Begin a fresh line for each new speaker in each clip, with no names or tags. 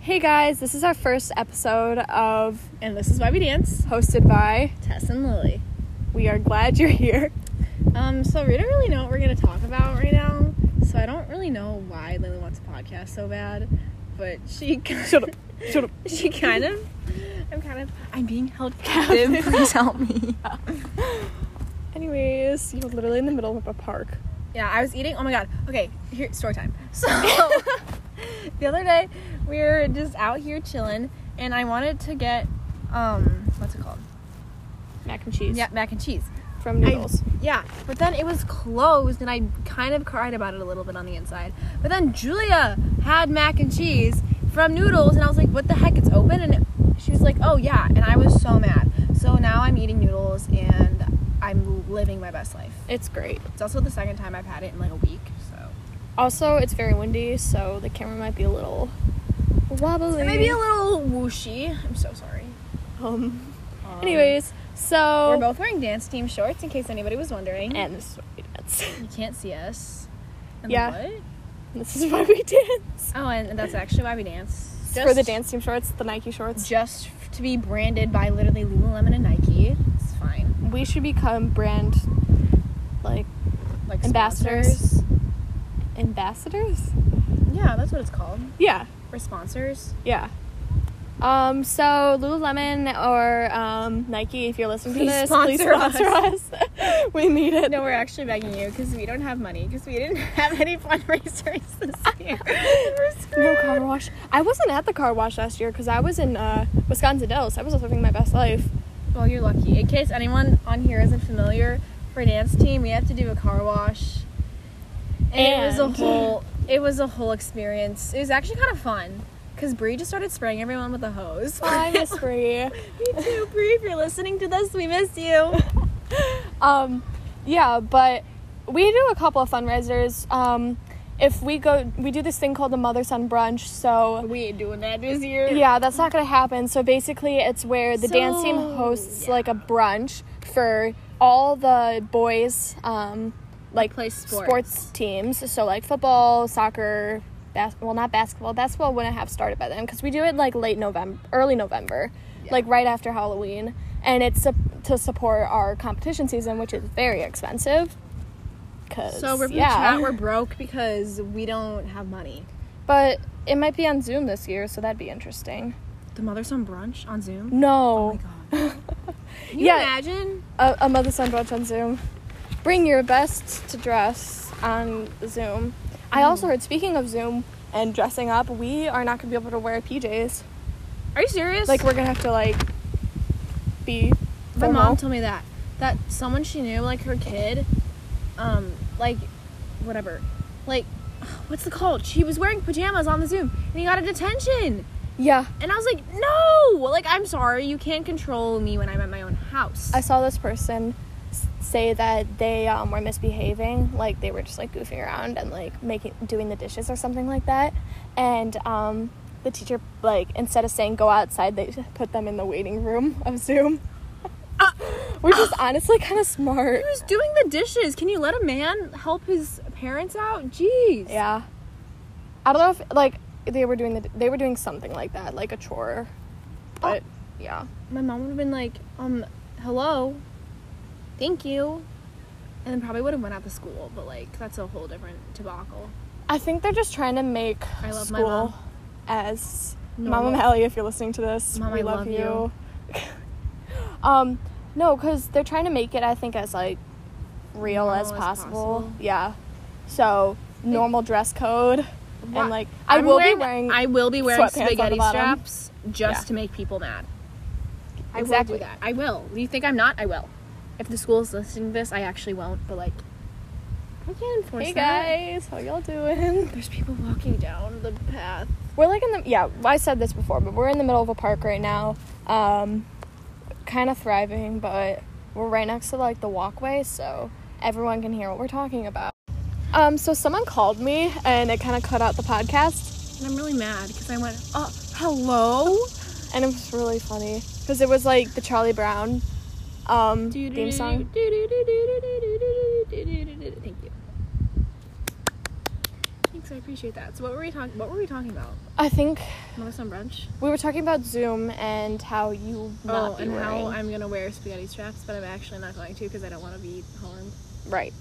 Hey guys, this is our first episode of
And this is why we dance.
hosted by.
Tess and Lily.
We are glad you're here.
Um, so we don't really know what we're gonna talk about right now. So I don't really know why Lily wants a podcast so bad, but she
Shut up. Shut up.
she kind of. I'm kind of. I'm being held captive. Please help me.
Anyways, you're literally in the middle of a park.
Yeah, I was eating. Oh my god. Okay, here story time. So the other day we were just out here chilling, and I wanted to get um what's it called?
Mac and cheese.
Yeah, mac and cheese.
From noodles.
Yeah, but then it was closed, and I kind of cried about it a little bit on the inside. But then Julia had mac and cheese from Noodles, and I was like, "What the heck? It's open!" And it, she was like, "Oh yeah," and I was so mad. So now I'm eating noodles, and I'm living my best life.
it's great.
It's also the second time I've had it in like a week, so
Also, it's very windy, so the camera might be a little wobbly.
it may be a little whooshy. I'm so sorry.
Um,
Um,
anyways, so.
we're both wearing dance team shorts, in case anybody was wondering.
And this is why we dance.
you can't see us. And
Yeah.
What?
this is why we dance.
Oh, and that's actually why we dance.
For the
Just-
dance team shorts, the Nike shorts.
just f- to be branded by literally Lululemon and Nike. It's fine.
We should become brand, like,
Like
Ambassadors.
sponsors.
ambassadors?
Yeah, that's what it's called.
Yeah.
We're sponsors.
Yeah. Um, so Lululemon or um, Nike, if you're listening
Please
to this, please
sponsor
sponsor us. we need it.
No, we're actually begging you because we don't have money because we didn't have any fundraisers this year.
No
we're
car wash. I wasn't at the car wash last year because I was in uh, Wisconsin Dells. I was living my best life.
Well, you're lucky. In case anyone on here isn't familiar, for dance team, we have to do a car wash. And, it was a
And-
whole it was a whole experience. It was actually kind of fun cuz Bree just started spraying everyone with a hose.
Hi, Miss Bree.
Me too, Bree. If you're listening to this, we miss you.
um, yeah, but we do a couple of fundraisers. Um, if we go, we do this thing called the mother son brunch. So
We ain't doing that this year.
yeah, that's not gonna happen. So basically, it's where the dance team
So,
hosts
yeah.
like a brunch for all the boys, um, like
play sports.
teams. So like football, soccer, bas- well not basketball. Basketball wouldn't have started by then because we do it like late November, early November,
Yeah.
like right after Halloween, and it's su- to support our competition season, which is very expensive. Cause
So we're
yeah,
chat, we're broke because we don't have money.
but it might be on Zoom this year, so that'd be interesting.
The mother son brunch on Zoom.
No.
Oh my god. Can you
Yeah.
imagine?
a, a mother son brunch on Zoom. Bring your best to dress on Zoom. I
Hmm.
also heard, speaking of Zoom and dressing up, we are not going to be able to wear PJs.
Are you serious?
Like, we're going to have to, like, be.
my mom
formal.
told me that that someone she knew, like her kid, um, like whatever, like what's the called? She was wearing pajamas on the Zoom and he got a detention.
Yeah,
And I was like, no, like I'm sorry, you can't control me when I'm at my own house.
I saw this person s- say that they um, were misbehaving. Like, they were just, like, goofing around and, like, making, doing the dishes or something like that. And, um, the teacher, like, instead of saying go outside, they put them in the waiting room of Zoom. Which is honestly kind of smart.
He was Uh, doing the dishes. Can you let a man help his parents out? Jeez.
Yeah. I don't know if like they were doing the they were doing something like that, like a chore. But yeah.
My mom would have been like, um, hello, thank you, and then probably would have went out to school. But like, that's a whole different debacle.
I think they're just trying to make
I love my
school
mom.
as
Normal.
Mama Melly, if you're listening to this,
Mom,
we
I
love,
love
you. um, no, because they're trying to make it. I think as like real
Normal
as
as
possible.
possible.
Yeah. So normal dress code
Wha-
and like I
I'm
will be wearing.
I will be wearing
sweatpants on the
spaghetti
bottom.
straps just
Yeah.
to make people mad. I
Exactly.
will do that. I will. You think I'm not? I will. If the school's listening to this, I actually won't. But like, I can't enforce
hey
that.
guys, how y'all doing?
There's people walking down the path.
We're like in the yeah. I said this before, but we're in the middle of a park right now. Um, kind of thriving, but we're right next to like the walkway, so everyone can hear what we're talking about. Um, so someone called me, and it kind of cut out the podcast,
And I'm really mad because I went, oh, hello?
and it was really funny because it was like the Charlie Brown um, theme song.
Thank you. Thank Thanks, I appreciate that. So what were we talking? What were we talking about?
I think
Melissa on brunch.
we were talking about Zoom and how you not
oh,
be
and how
wearing-
I'm gonna wear spaghetti straps, but I'm actually not going to because I don't want to be harmed.
right.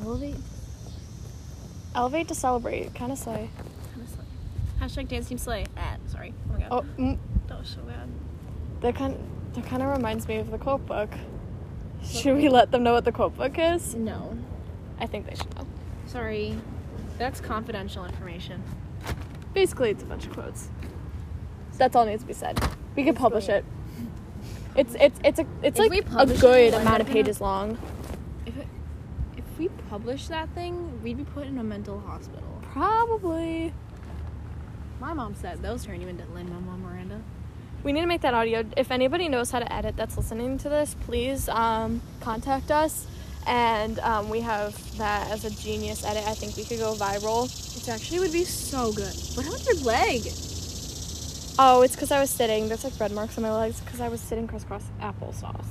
Elevate.
Elevate to celebrate, kind of slay.
Kinda slay. Hashtag dance team slay. Ah, sorry. Oh my god.
Oh, mm,
That was so bad.
that kind that kind of reminds me of the quote book. Should we let them know what the quote book is?
No.
I think they should know.
Sorry. That's confidential information.
Basically, it's a bunch of quotes. That's all needs to be said. We could
Basically.
publish it. It's it's it's a it's
If we
like a
publish it,
good
we're
amount
not
of
gonna-
pages long.
If it, if we publish that thing, we'd be put in a mental hospital.
Probably.
My mom said those turn you into Lin Manuel Miranda.
We need to make that audio. If anybody knows how to edit that's listening to this, please um, contact us. And um, we have that as a genius edit. I think we could go viral.
It actually would be so good. What happened to your leg?
Oh, it's because I was sitting. There's like red marks on my legs because I was sitting crisscross applesauce.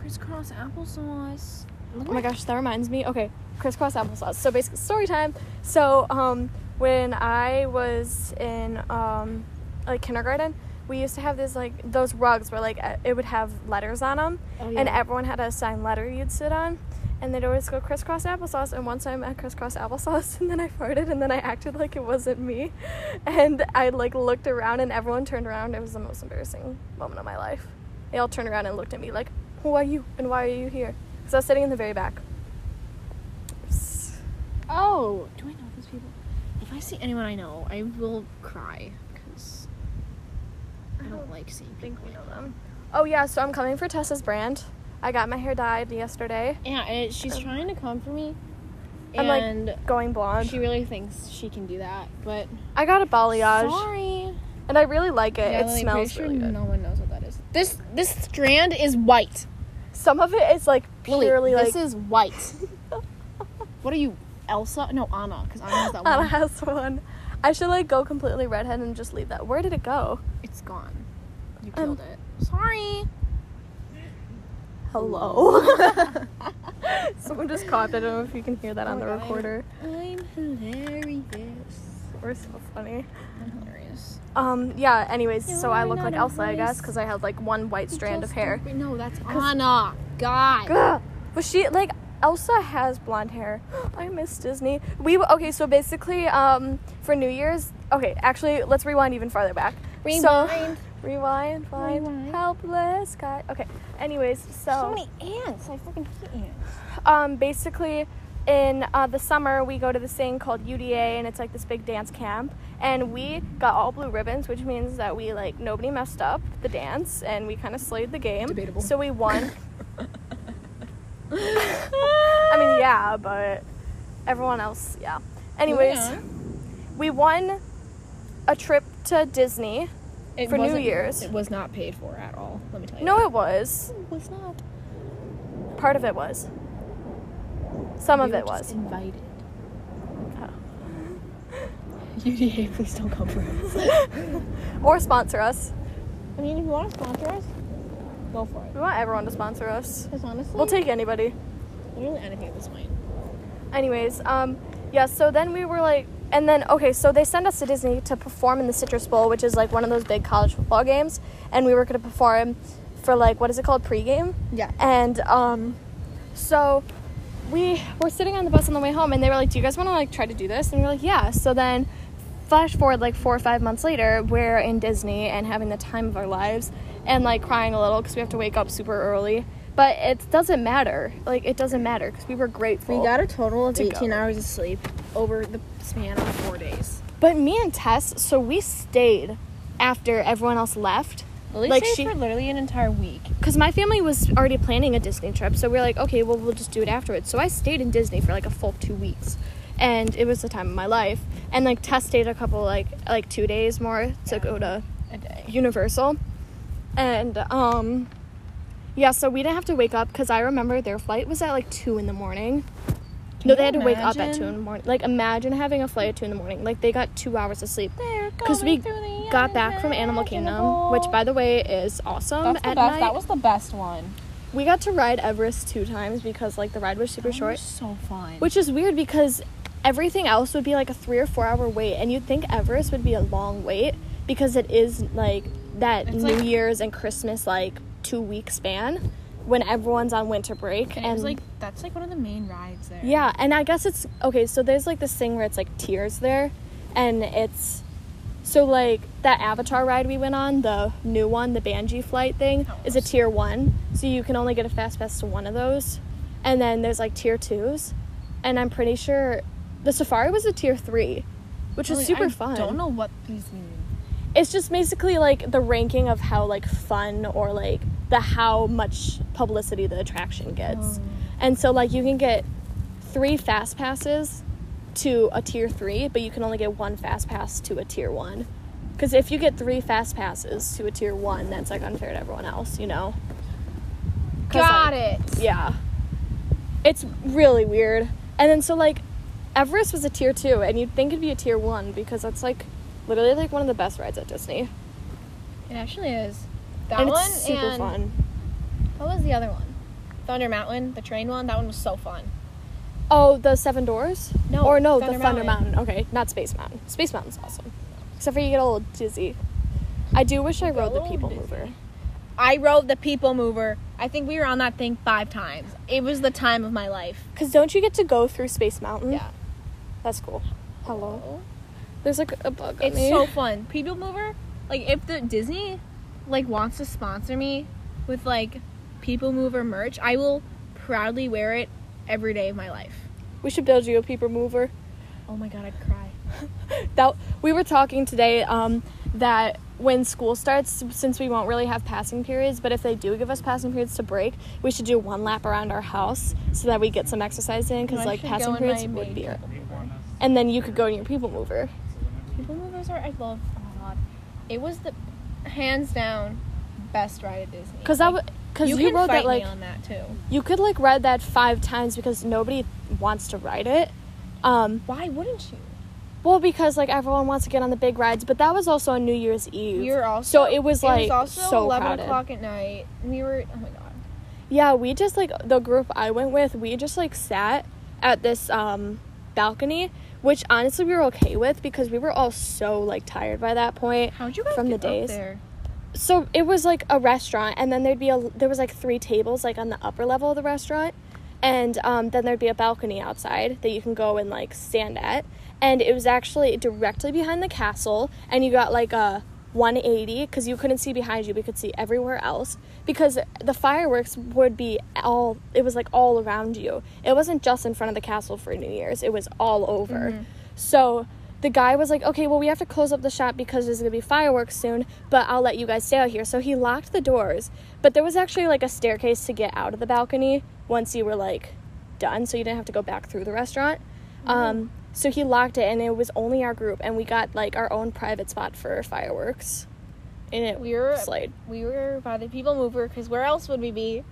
Crisscross applesauce.
Oh my gosh, that reminds me. Okay, crisscross applesauce. So basically, story time. So um, when I was in um, like kindergarten, we used to have these like those rugs where like uh, it would have letters on them,
Oh,
and
yeah.
everyone had a assigned letter you'd sit on, and they'd always go crisscross applesauce. And once time I crisscross applesauce, and then I farted, and then I acted like it wasn't me, and I like looked around, and everyone turned around. It was the most embarrassing moment of my life. They all turned around and looked at me like, "Who are you? And why are you here?" Because I was sitting in the very back.
Oh, do I know those people? If I see anyone I know, I will cry because I don't like seeing
think
people.
we know them. Oh yeah, so I'm coming for Tessa's brand. I got my hair dyed yesterday.
Yeah, and she's trying to come for me,
I'm
and
like going blonde.
she really thinks she can do that. But
I got a balayage,
sorry,
and I really like it. it
Lily, pretty
smells
sure
really good.
no one knows what that is. This this strand is white.
Some of it is like
Lily,
purely
this
like
is white. what are you, Elsa? No, Anna, because Anna has that
Anna
one.
has one. I should like go completely redhead and just leave that. Where did it go?
It's gone. You
Um,
killed it. Sorry.
Hello. Someone just coughed. I don't know if you can hear that
Oh
on
my
the
God, I-
recorder.
I'm hilarious.
We're so funny.
I'm hilarious.
Um. Yeah. Anyways, so I
You're
look like
not
Elsa, I guess,
nice.
because I had like one white strand of hair.
No, that's Anna. God.
Ugh. But she like Elsa has blonde hair. I miss Disney. We okay, so basically, um, for New Year's. Okay, actually, let's rewind even farther back. So,
Rewind.
rewind. Find
Rewind.
helpless guy. Okay. Anyways, so
many ants. I freaking hate ants.
um, basically, in uh, the summer, we go to this thing called UDA, and it's like this big dance camp. And we got all blue ribbons, which means that we like nobody messed up the dance, and we kind of slayed the game.
Debatable.
So we won. I
I
mean, yeah, but everyone else, yeah. Anyways, we won a trip to Disney. for New Year's.
It was not paid for at all. Let me tell you.
No, it was.
it was not.
Part of it was. Some of
We were
it
just
was.
invited.
Oh.
UDA, please don't come for us.
Or sponsor us.
I mean, if you want to sponsor us, go for it.
We want everyone to sponsor us.
Because honestly,
We'll take anybody.
literally anything at this point.
Anyways, um, yeah, so then we were like, and then, okay, so they send us to Disney to perform in the Citrus Bowl, which is like one of those big college football games. And we were going to perform for like, what is it called? Pregame?
Yeah.
And um, so we were sitting on the bus on the way home, and they were like, "Do you guys want to like try to do this?" And we were like, "Yeah." So then, flash forward like four or five months later, we're in Disney and having the time of our lives, and like crying a little because we have to wake up super early. But it doesn't matter. Like it doesn't matter because we were grateful.
We got a total of
to
18
go.
hours of sleep over the span of four days.
But me and Tess, so we stayed after everyone else left.
like
stayed for
for literally an entire week.
because my family was already planning a Disney trip, so we are like, okay, well, we'll just do it afterwards. So I stayed in Disney for like a full two weeks, and it was the time of my life. And like Tess stayed a couple like like two days more to go to
A day.
Universal, and um, yeah, so we didn't have to wake up because I remember their flight was at like two in the morning. no,
you
they had to wake up at
imagine?
two in the morning. Like imagine having a flight at two in the morning. Like they got two hours of sleep. Because
Because
we got back from Animal Kingdom, which by the way is awesome.
That's the
at
best.
night.
That was the best one.
We got to ride Everest two times because like the ride was super
That one was
short,
So fun.
which is weird because everything else would be like a three or four hour wait, and you'd think Everest would be a long wait because it is like that
It's,
New
like-
Year's and Christmas like two week span when everyone's on winter break
And, it was like that's like one of the main rides there.
yeah, and I guess it's okay. So there's like this thing where it's like tiers there, and it's so like that Avatar ride we went on, the new one, the Banji flight thing,
Oh,
is a
yes.
tier one. So you can only get a fast pass to one of those, and then there's like tier twos, and I'm pretty sure the Safari was a tier three, which was
Like,
super
I
fun.
Don't know what these mean.
It's just basically like the ranking of how like fun or like the how much publicity the attraction gets.
Oh.
And so like you can get three fast passes to a tier 3, but you can only get one fast pass to a tier 1. Cuz if you get three fast passes to a tier 1, that's like unfair to everyone else, you know. 'Cause,
Got
like,
it.
yeah. It's really weird. And then so like Everest was a tier 2 and you'd think it'd be a tier 1 because that's like literally like one of the best rides at Disney.
It actually is. That
and
one
it's super
and
fun.
what was the other one? Thunder Mountain, the train one. That one was so fun.
Oh, the Seven Doors?
No,
Or no,
Thunder
the Thunder
Mountain.
Mountain. Okay, not Space Mountain. Space Mountain's awesome. Except for you get a little dizzy. I do wish I
You got
rode
a
the
little
People
dizzy.
Mover.
I rode the People Mover. I think we were on that thing five times. It was the time of my life.
Because don't you get to go through Space Mountain?
Yeah.
That's cool. Hello. There's like a bug on
It's
me.
so fun. People Mover, like if the Disney like wants to sponsor me with like People Mover merch, I will proudly wear it every day of my life.
we should build you a People Mover.
Oh my god, I'd cry.
that we were talking today um, that when school starts since we won't really have passing periods but if they do give us passing periods to break we should do one lap around our house so that we get some exercise in because
I
like
should go
passing
in my
periods would
maid
be
People Mover.
and then you could go to your people mover
People Movers are I love. Oh my god, it was the hands down best ride at Disney.
because that because you,
you, can
rode
fight
that like
me on that too.
you could like ride that five times because nobody wants to ride it um
Why wouldn't you?
well because like everyone wants to get on the big rides but that was also on new year's eve
You're also
so it was like
also
so
eleven
crowded.
o'clock at night. We were oh my god.
Yeah, we just like the group I went with, we just like sat at this um balcony, which honestly we were okay with because we were all so like tired by that point.
How'd you guys
From the
get up
days.
there?
So it was like a restaurant and then there'd be a there was like three tables like on the upper level of the restaurant and um, then there'd be a balcony outside that you can go and like stand at and it was actually directly behind the castle and you got like a 180 because you couldn't see behind you we could see everywhere else because the fireworks would be all it was like all around you it wasn't just in front of the castle for new year's it was all over so the guy was like okay well we have to close up the shop because there's going to be fireworks soon but i'll let you guys stay out here so he locked the doors but there was actually like a staircase to get out of the balcony once you were like done, so you didn't have to go back through the restaurant. Um, so he locked it, and it was only our group, and we got like our own private spot for fireworks. And it
We were
slayed.
we were by the People Mover because where else would we be?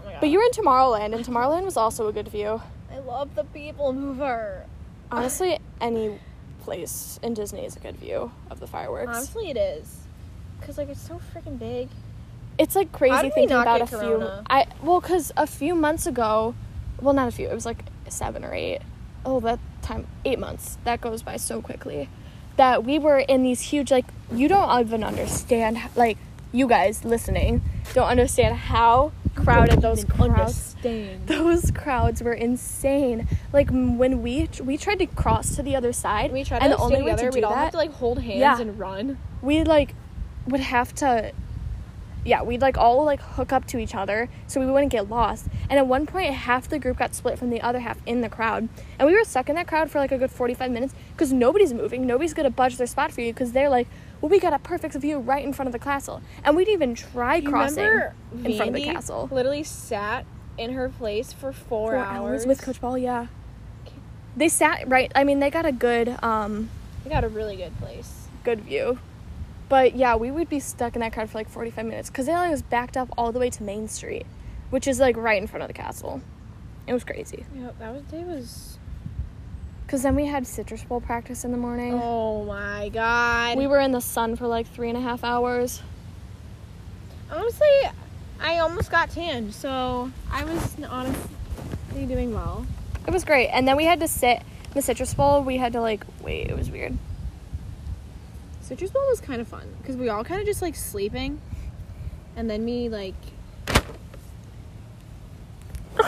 Oh my god.
But you were in Tomorrowland, and Tomorrowland was also a good view.
I love the People Mover.
Honestly, any place in Disney is a good view of the fireworks.
Honestly, it is. Cause like it's so freaking big.
it's like
How
crazy
did we
thinking
not
about a
get corona?
few. I well, because a few months ago, well, not a few. It was like seven or eight. Oh, that time eight months. That goes by so quickly. That we were in these huge like you don't even understand h- like you guys listening don't understand how crowded those
Even
crowds
Understand.
those crowds were insane. Like m- when we we tried to cross to the other side,
We tried to
and
like,
the
stay
only way to
together.
do
We'd
that,
all have to like hold hands
Yeah.
and run.
we like would have to yeah we'd like all like hook up to each other so we wouldn't get lost and at one point half the group got split from the other half in the crowd and we were stuck in that crowd for like a good 45 minutes because nobody's moving nobody's gonna budge their spot for you because they're like well we got a perfect view right in front of the castle and we'd even try crossing in front of the
Vandy
castle
Literally sat in her place for four,
Four
hours.
with coach ball yeah they sat right i mean they got a good um
We got a really good place.
good view. But yeah, we would be stuck in that crowd for like 45 minutes because it like, was backed up all the way to Main Street, which is like right in front of the castle. It was crazy.
Yeah, that was day was.
Because then we had Citrus Bowl practice in the morning.
Oh my god.
We were in the sun for like three and a half hours.
honestly, I almost got tanned, so I was honestly doing well.
It was great. And then we had to sit. the citrus bowl, we had to like wait. It was weird.
Citrus Bowl was kind of fun because we all kind of just like sleeping, and then me like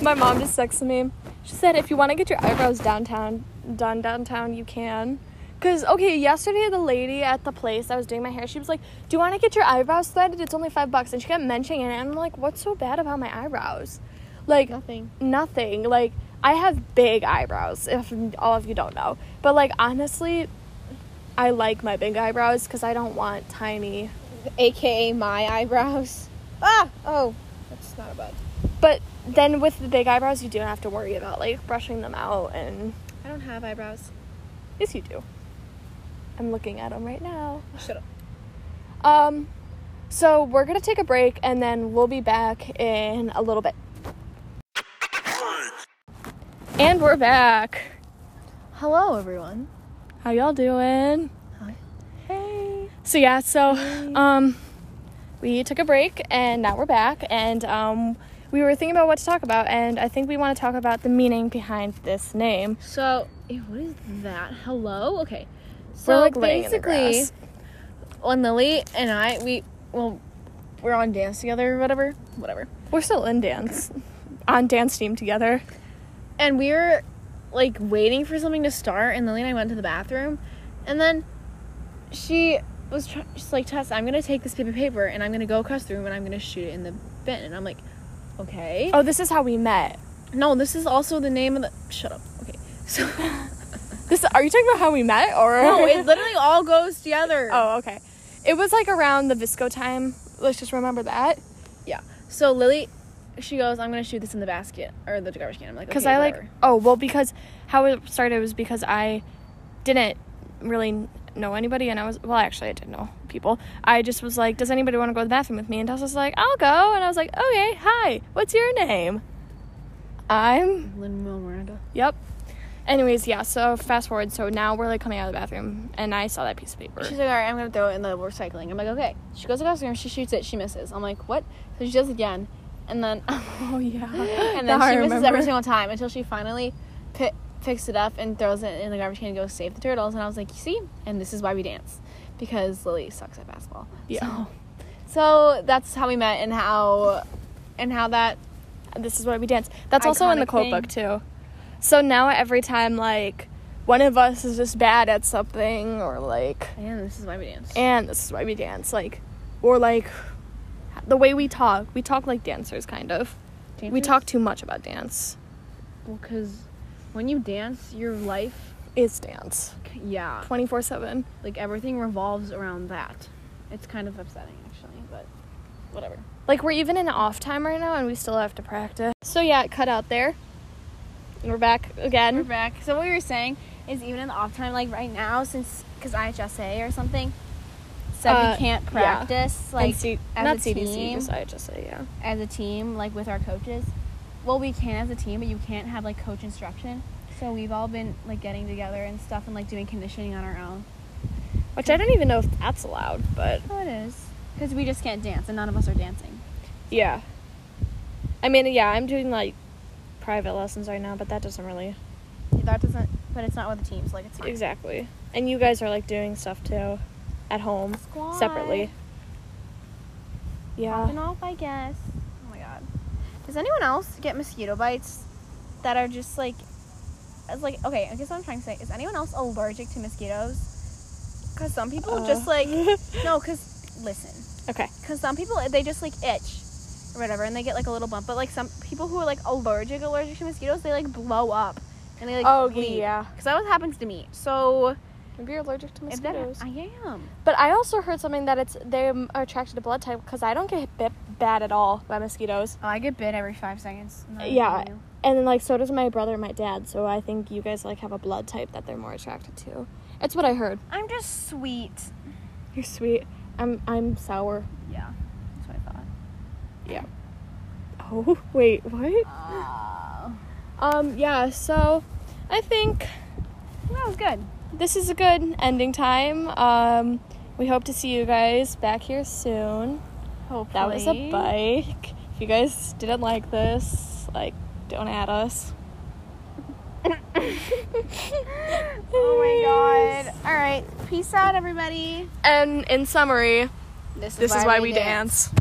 My mom just texted me. She said, if you want to get your eyebrows downtown, done downtown, you can. Cause okay, yesterday the lady at the place I was doing my hair, she was like, "Do you want to get your eyebrows threaded? It's only five bucks." And she kept mentioning it, and I'm like, "What's so bad about my eyebrows? Like
nothing.
nothing. Like I have big eyebrows. If all of you don't know, but like honestly, I like my big eyebrows because I don't want tiny.
AKA my eyebrows. Ah, oh, that's not a bug.
But then with the big eyebrows, you don't have to worry about like brushing them out and
I don't have eyebrows.
Yes, you do. I'm looking at them right now.
Shut up.
Um, so we're gonna take a break and then we'll be back in a little bit. And we're back.
Hello, everyone.
How y'all doing?
Hi.
Hey. So yeah, so um, we took a break and now we're back and um, we were thinking about what to talk about and I think we want to talk about the meaning behind this name.
So, eh, what is that? Hello. Okay. So
We're, like, laying in the
basically,
grass.
when Lily and I we well, we're on dance together, or whatever, whatever.
We're still in dance, on dance team together.
and we were like waiting for something to start and lily and i went to the bathroom and then she was try- she's like tess i'm gonna take this paper paper and i'm gonna go across the room and i'm gonna shoot it in the bin and i'm like okay
Oh, this is how we met.
no this is also the name of the shut up okay so
This are you talking about how we met or
no it literally all goes together
Oh, okay. It was like around the Visco time. Let's just remember that.
yeah so lily she goes i'm gonna shoot this in the basket or the garbage can i'm like
Because
okay,
I like,
whatever.
oh, well, because how it started was because I didn't really know anybody. And I was, well, actually, I did know people. I just was like, does anybody want to go to the bathroom with me? And Tess was like, I'll go. And I was like, okay, hi, what's your name? I'm,
lynn manuel miranda
yep. Anyways, yeah, so fast forward. So now we're like coming out of the bathroom and I saw that piece of paper.
She's like, all right, I'm gonna throw it in the recycling. I'm like, okay. She goes across the room, she shoots it, she misses. I'm like, what? So she does it again, and then
Oh, yeah.
and then she misses every single time until she finally pi- picks it up and throws it in the garbage can and goes save the turtles. And I was like, you see, and this is why we dance because Lily sucks at basketball.
Yeah.
So, so that's how we met and how and how that
this is why we dance. That's also in the
Iconic
quote
thing.
book too. So now every time like one of us is just bad at something or like
and this is why we dance.
and this is why we dance like or like the way we talk, we talk like dancers kind of. We talk too much about dance.
because when you dance, your life,
It's dance.
yeah,
24/7.
like everything revolves around that. It's kind of upsetting actually, but whatever.
Like we're even in off time right now and we still have to practice. So yeah, it cut out there. And we're back
We're
again.
back. So what we were saying is even in the off time, like right now, since because IHSA or something said
Uh,
we can't
yeah.
practice like
And C-
as
not
a
CDC,
team,
just IHSA, yeah.
as a team, like with our coaches. Well, we can as a team, but you can't have like coach instruction. So we've all been like getting together and stuff and like doing conditioning on our own.
Which I don't even know if that's allowed, but
Oh, it is because we just can't dance, and none of us are dancing.
Yeah. I mean, yeah, I'm doing like private lessons right now, but that doesn't really
That doesn't, but it's not with the teams. Like it's fine.
exactly. And you guys are like doing stuff too at home
Squad.
separately.
Popping
Yeah.
off, I guess. Oh my god. Does anyone else get mosquito bites that are just like, it's like okay? I guess what I'm trying to say is anyone else allergic to mosquitoes? Cause some people Oh, just
Uh.
like no. Cause listen,
Okay.
cause some people they just like itch or whatever, and they get like a little bump. But like some people who are like allergic allergic to mosquitoes, they like blow up and they like
Oh,
bleed.
yeah.
Cause that always happens to me. So
Maybe you're allergic to
if that I am.
but I also heard something that it's they are attracted to blood type because I don't get bit bad at all by mosquitoes.
Oh, I get bit every five seconds.
Yeah. And then like so does my brother and my dad. So I think you guys like have a blood type that they're more attracted to. It's what I heard.
I'm just sweet.
You're sweet. I'm I'm sour.
Yeah, that's what I thought.
Yeah. Oh, wait, what? Um, yeah, so I think
that was good.
this is a good ending time. Um, we hope to see you guys back here soon.
Hopefully.
That was a bike. If you guys didn't like this, like, don't add us.
oh my god. All right. Peace out, everybody.
And in summary, this is why we dance.